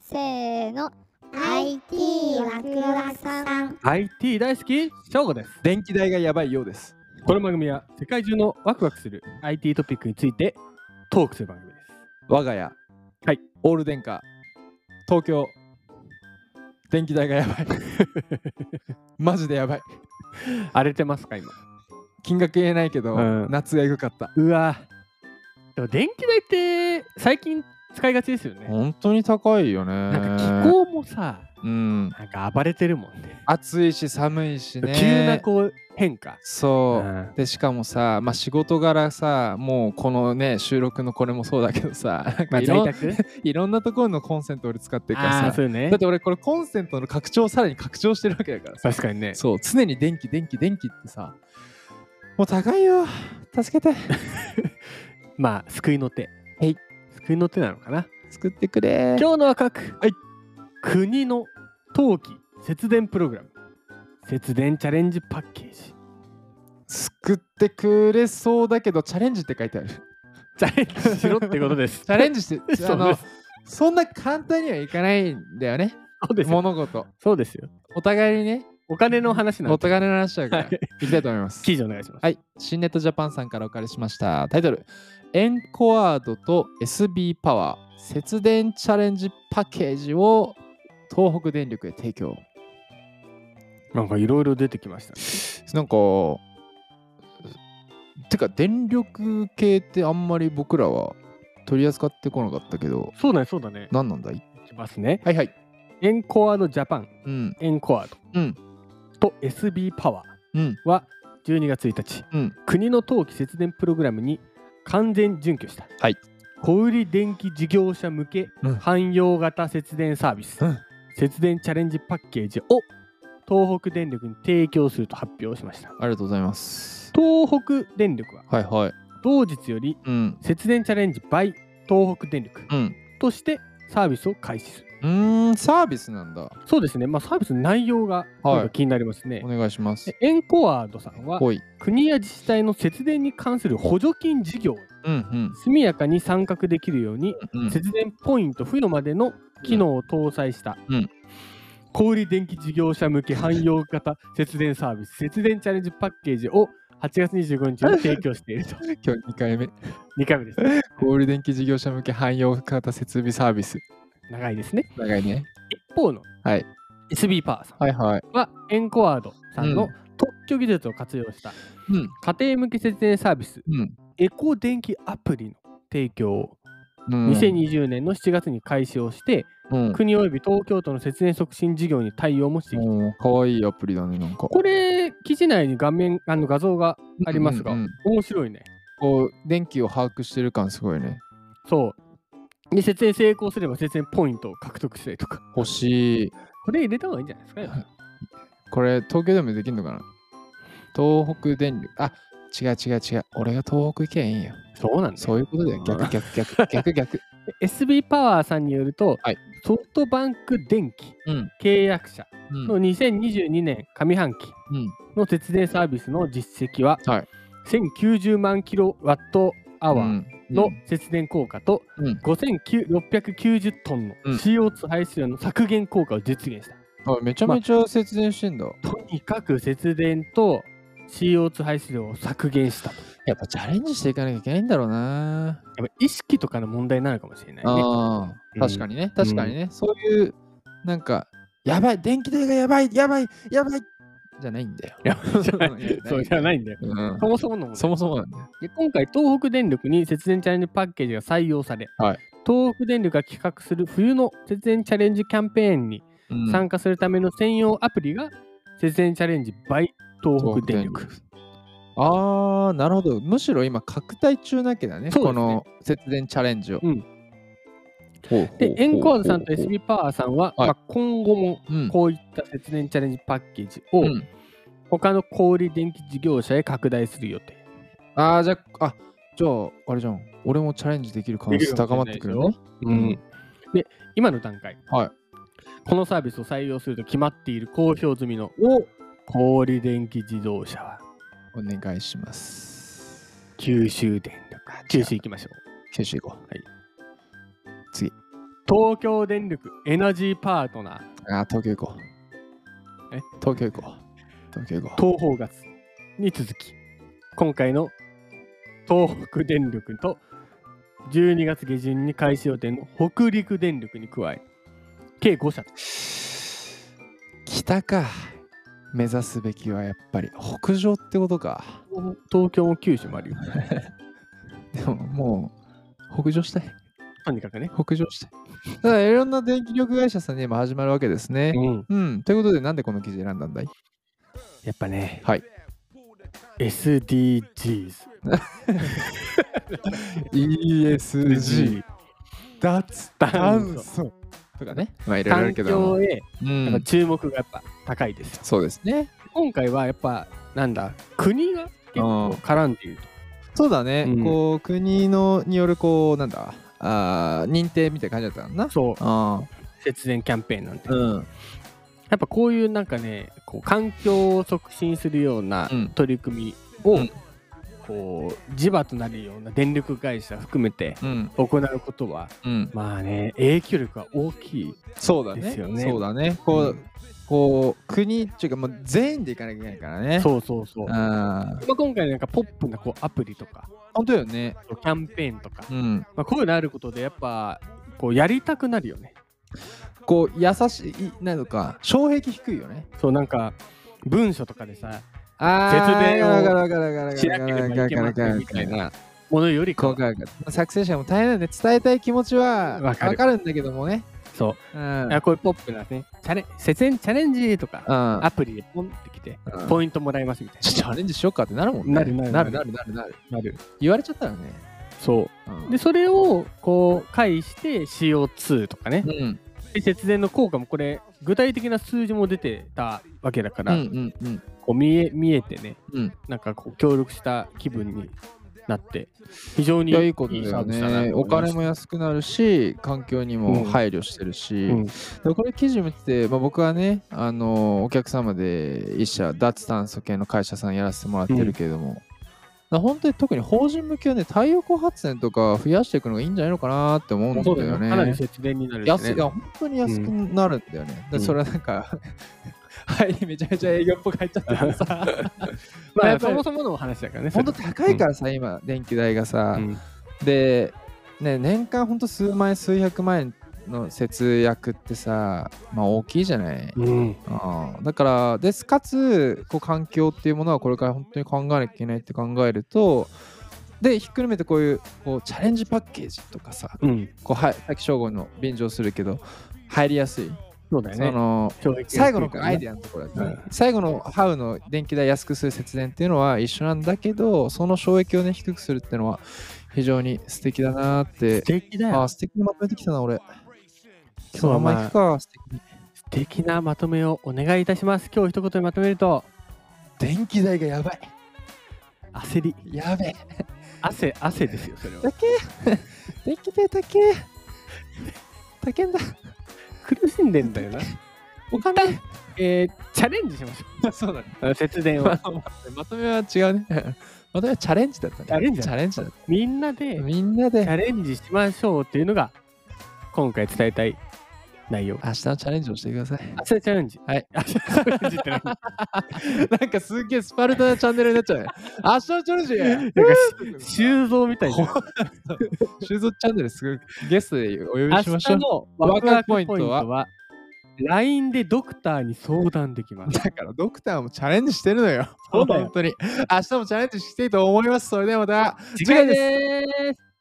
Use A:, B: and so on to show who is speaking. A: せーの
B: IT ワクワクさん
C: IT 大好き翔吾です
D: 電気代がやばいようです。
C: この番組は世界中のワクワクする IT トピックについてトークする番組です
D: 我が家、
C: はい、
D: オール電化、東京、電気代がや ばい。マジでやばい。
C: 荒れてますか今
D: 金額言えないけど、
C: うん
D: 夏がエグかった。
C: うわでも電気代って最近使いがちですよね
D: 本当に高いよね。
C: なんか気候もさ
D: うん。
C: なんか暴れてるもんね
D: 暑いし寒いしね。
C: 急なこう変化
D: そう。
C: うん
D: でしかもさ、まあ、仕事柄さもうこのね収録のこれもそうだけど さなん
C: ま
D: か
C: あ、
D: いろ
C: 在
D: ん
C: 宅
D: いろんなところのコンセント俺使ってるから
C: ああー
D: さ
C: そうね
D: だって俺これコンセントの拡張をさらに拡張してるわけだからさ
C: 確かにね
D: そう、常に電気、電気、電気ってさ、もう高いよ、助けて、
C: まあ救いの手
D: はい
C: 救いの手なのかな
D: 作ってくれ。
C: 今日の赤く、
D: はい
C: 国の冬季節電プログラム節電チャレンジパッケージ
D: 作ってくれそうだけど、チャレンジって書いてある。チ
C: チャレンジしろってことです チ
D: ャレン
C: ジ
D: ジして、
C: そうです
D: あの、そんな簡単にはいかないんだよね、
C: そうですよ
D: 物事。
C: そうですよ
D: お互いにね、
C: お金の話なん
D: お
C: で
D: 互いの話だから、
C: はい
D: いきたいと思 います。
C: 記事お願いします
D: はい、新ネットジャパンさんからお借りしました。タイトル、エンコワードと SB パワー節電チャレンジパッケージを東北電力へ提供。
C: なんかいろいろ出てきましたね
D: なんか、てか電力系ってあんまり僕らは取り扱ってこなかったけど、
C: そうだねそうだね
D: 何なんだい
C: いきますね
D: はいはい。
C: エンコワードジャパン
D: うん、
C: エンコワー
D: うん、
C: ドと SB パワ
D: うん、
C: ーは12月1日
D: うん。
C: 国の冬季節電プログラムに完全準拠した、
D: はい
C: 小売電気事業者向け
D: うん
C: 汎用型節電サービス、
D: うん
C: 節電チャレンジパッケージを東北電力に提供すると発表しました
D: ありがとうございます。
C: 東北電力は
D: はいはい。
C: 同日より
D: うん、
C: 節電チャレンジ by 東北電力
D: うん。
C: としてサービスを開始する
D: うーん、サービスなんだ。
C: そうですねまあサービスの内容が
D: はい
C: なんか気になりますね、
D: お願いします。
C: エンコワードさんは
D: ほい。
C: 国や自治体の節電に関する補助金事業を
D: うん、
C: 速やかに参画できるように
D: うん、うん。
C: 節電ポイント付与までの機能を搭載した、
D: うん
C: 小売電気事業者向け汎用型節電サービス節電チャレンジパッケージを8月25日に提供している と
D: 今日2回目。
C: 2回目です
D: 小売電気事業者向け汎用型設備サービス。
C: 長いですね
D: 長いね。
C: 一方の、
D: はい、
C: SB パーさ
D: はいはい。
C: んはエンコワードさん
D: う
C: の
D: ん
C: 特許技術を活用した
D: うん、
C: 家庭向け節電サービス
D: うん。
C: エコ電気アプリの提供を
D: うん、
C: 2020年の7月に開始をして、
D: うん、
C: 国および東京都の節電促進事業に対応もしてきた
D: うんかわいいアプリだね、なんか。
C: これ記事内に画面あの画像がありますが、
D: うんうんうん
C: 面白いね
D: こう電気を把握してる感すごいね。
C: そうで節電成功すれば節電ポイントを獲得したりとか
D: 欲しい。
C: これ入れた方がいいんじゃないですか
D: はいこれ東京でもできるのかな東北電力。あ違う違う違う。俺が東北行けばいいんよ。
C: そうなん
D: そういうことだよ。
C: あ
D: 逆逆逆逆 逆。
C: SB パワーさんによると、
D: はい
C: ソフトバンク電気
D: うん。
C: 契約者
D: うん。
C: の2022年上半期
D: うん
C: の節電サービスの実績は、
D: はい
C: 1090万キロワットア
D: う
C: ワー
D: ん
C: の節電効果と、
D: うん
C: 5690トンの
D: うん
C: CO2 排出量の削減効果を実現した。
D: あめちゃめちゃ節電してんだ。
C: とにかく節電と CO2 排出量を削減したと。
D: やっぱチャレンジしていかなきゃいけないんだろうな。
C: やっぱ意識とかの問題なのかもしれないね。
D: あ
C: う
D: あ、
C: ん
D: 確かにね。確かにね。そういう、なんか、やばい、電気代がやばい、やばい、やばいじゃないんだよ。
C: そうじゃないんだよ。
D: うん
C: そもそもの問題
D: そもそもなんだよ。
C: で今回、東北電力に節電チャレンジパッケージが採用され、
D: はい
C: 東北電力が企画する冬の節電チャレンジキャンペーンに
D: うん
C: 参加するための専用アプリが、節電チャレンジ by 東北電力。。
D: ああ、なるほど。むしろ今、拡大中なわけだね。
C: そうで
D: こ
C: すね
D: の節電チャレンジを。
C: うん
D: ほうほうほうほう
C: で、エンコワードさんと SB パワーさんは、
D: はい
C: まあ、今後も
D: うん
C: こういった節電チャレンジパッケージを、
D: うん
C: 他の小売電気事業者へ拡大する予定。
D: ああ、じゃあ、あじゃあ、あれじゃん。俺もチャレンジできる可能性高まってくるね。うん
C: で、今の段階、
D: はい
C: このサービスを採用すると決まっている公表済みの小売電気自動車は
D: お願いします。
C: 九州電力。九州行きましょ
D: 九州行こう。
C: はい。
D: 次。
C: 東京電力エナジーパートナー
D: あー、東京行こう。
C: え
D: 東京行こう。東京行こ
C: 東方月に続き今回の東北電力と12月下旬に開始予定の北陸電力に加え計5社
D: う。北か。目指すべきはやっぱり北上ってことか。
C: 東京も九州もあるよ
D: でももう北上したい。
C: とにかくね、
D: 北上したい。だからいろんな電気力会社さんに今始まるわけですね。
C: うん、
D: うん。ということでなんでこの記事選んだんだい
C: やっぱね
D: はい
C: SDGs
D: ?ESG。脱
C: 炭
D: 素。とかね。まあいろいろあ
C: 環
D: るけども
C: 境。へ
D: う
C: やっぱ
D: ん、
C: 注目がやっぱ高いですよ、
D: そうですね。
C: 今回はやっぱなんだ国が結構絡んでいると
D: そうだね、
C: うん
D: こう国のによるこうなんだあー認定みたいな感じだったんだな。
C: そう
D: あ
C: 節電キャンペーンなんて、
D: うん、
C: やっぱこういうなんかねこう環境を促進するような
D: うん
C: 取り組みを、
D: うん
C: こう磁場となるような電力会社含めて
D: うん、
C: 行うことは
D: うん、
C: まあね影響力は大きい、
D: そうだね
C: ですよね
D: そうだね。こう、
C: うん
D: こう国っていうかもう全員で行かなきゃいけないからね。う。
C: そうそうそう、ま
D: あー
C: あ、今回なんかポップなこうアプリとか
D: 本当よね。
C: キャンペーンとか、
D: うん、
C: まあ、こういうのあることでやっぱこうやりたくなるよね
D: こう優しいなのか障壁低いよね。
C: そうなんか文書とかでさ
D: あ
C: 節電を
D: わかるわかるわかるわかる
C: しなければいけませんみたいなものよりか
D: こ
C: は
D: うか作成者も大変なんで伝えたい気持ちはわ
C: わかる
D: かるんだけどもね。
C: そう
D: うん。
C: あこういうポップなねチャレン節電チャレンジとか
D: うん
C: アプリでポンってきて、
D: うん
C: ポイントもらえますみたい
D: ちょチャレンジしようかってなるもんね。
C: なるなるな
D: なる
C: る
D: なるなるなる。
C: な。なる。
D: 言われちゃったらね。
C: そうう。
D: ん
C: で、それを、こう、介して CO2 とかね
D: う。ん
C: で節電の効果も、これ、具体的な数字も出てたわけだか
D: うんう
C: ら、
D: んうん
C: こう見え、見えてね、
D: うん。
C: なんかこう、協力した気分になって、非常
D: い
C: に
D: やいいことだ
C: サ
D: よ
C: ービスだな
D: ね。
C: と
D: お
C: 思いま
D: 金
C: した
D: も安くなるし、環境にも配慮してるし、
C: うん
D: でこれ記事見てて、まあ、僕はね、あのお客様で一社脱炭素系の会社さんやらせてもらってるけれども、だから本当に特に法人向けはね、太陽光発電とか増やしていくのがいいんじゃないのかなって思うんだ
C: そう
D: よ
C: だよね。かなり節電になるし
D: 安いい
C: ね。
D: や本当に安くなるんだよね。
C: うん
D: でそれはなんか、 はい、めちゃめちゃ営業っぽく入っちゃったけどさ、
C: ま
D: やっ
C: あ、
D: ぱり
C: そもそものお話だからね。
D: 本当高いからさ、今、電気代がさ
C: う。ん
D: で、ね、年間本当数万円、数百万円の節約ってさ、まあ大きいじゃない。
C: うん。
D: あーだからですかつこう環境っていうものはこれから本当に考えなきゃいけないって考えるとでひっくるめてこういうこうチャレンジパッケージとかさ
C: うん。
D: こうはいさっき省吾の便乗するけど入りやすい
C: そうだよ
D: そ
C: ね。
D: の
C: 障壁が
D: 最後の
C: 低いから
D: ア
C: ね
D: イデアのところだね
C: うん
D: 最後のハウの電気代安くする節電っていうのは一緒なんだけどその障壁をね低くするっていうのは非常に素敵だなーっ
C: 素
D: て
C: 敵だよ
D: あー素敵にまとめてきたな俺
C: 今日
D: その
C: は
D: ま
C: まあ
D: まいくか素敵に
C: 素敵なまとめをお願いいたします今日一言でまとめると
D: 電気代がやばい
C: 焦り
D: やべえ
C: 汗汗ですよそれは
D: だけ電気代だ けだけんだ
C: 苦しんでんだよな
D: お金
C: えー、チャレンジしましょ
D: そうだね
C: うあの節電を
D: ままとめは違うね まとめはチャレンジだったね
C: チャレンジだ
D: チャレンジだっ
C: みんな
D: た
C: で
D: みんな
C: チ
D: で
C: ャレンジしましょうっていうのが今回伝えたい内容
D: 明日のチャレンジをしてください
C: 汗チャレンジ
D: はい
C: 汗チャレンジって 何なんか
D: なんかすっげえスパルタなチャンネルになっちゃうね。 明日のチャ レンジ
C: し修造みたいな
D: 修造チャンネルすぐゲストでお呼
C: 明
D: びしましょ
C: 日
D: う。
C: のワクワクポイン
D: ワクワクポイント
C: ト
D: は
C: は LINE でドクターに相談でき ます
D: だからドクターもチャレンジしてるのよ。
C: そうだよ
D: 本当に。明日もチャレンジしていいと思います。それではまた
C: 次回です
D: す。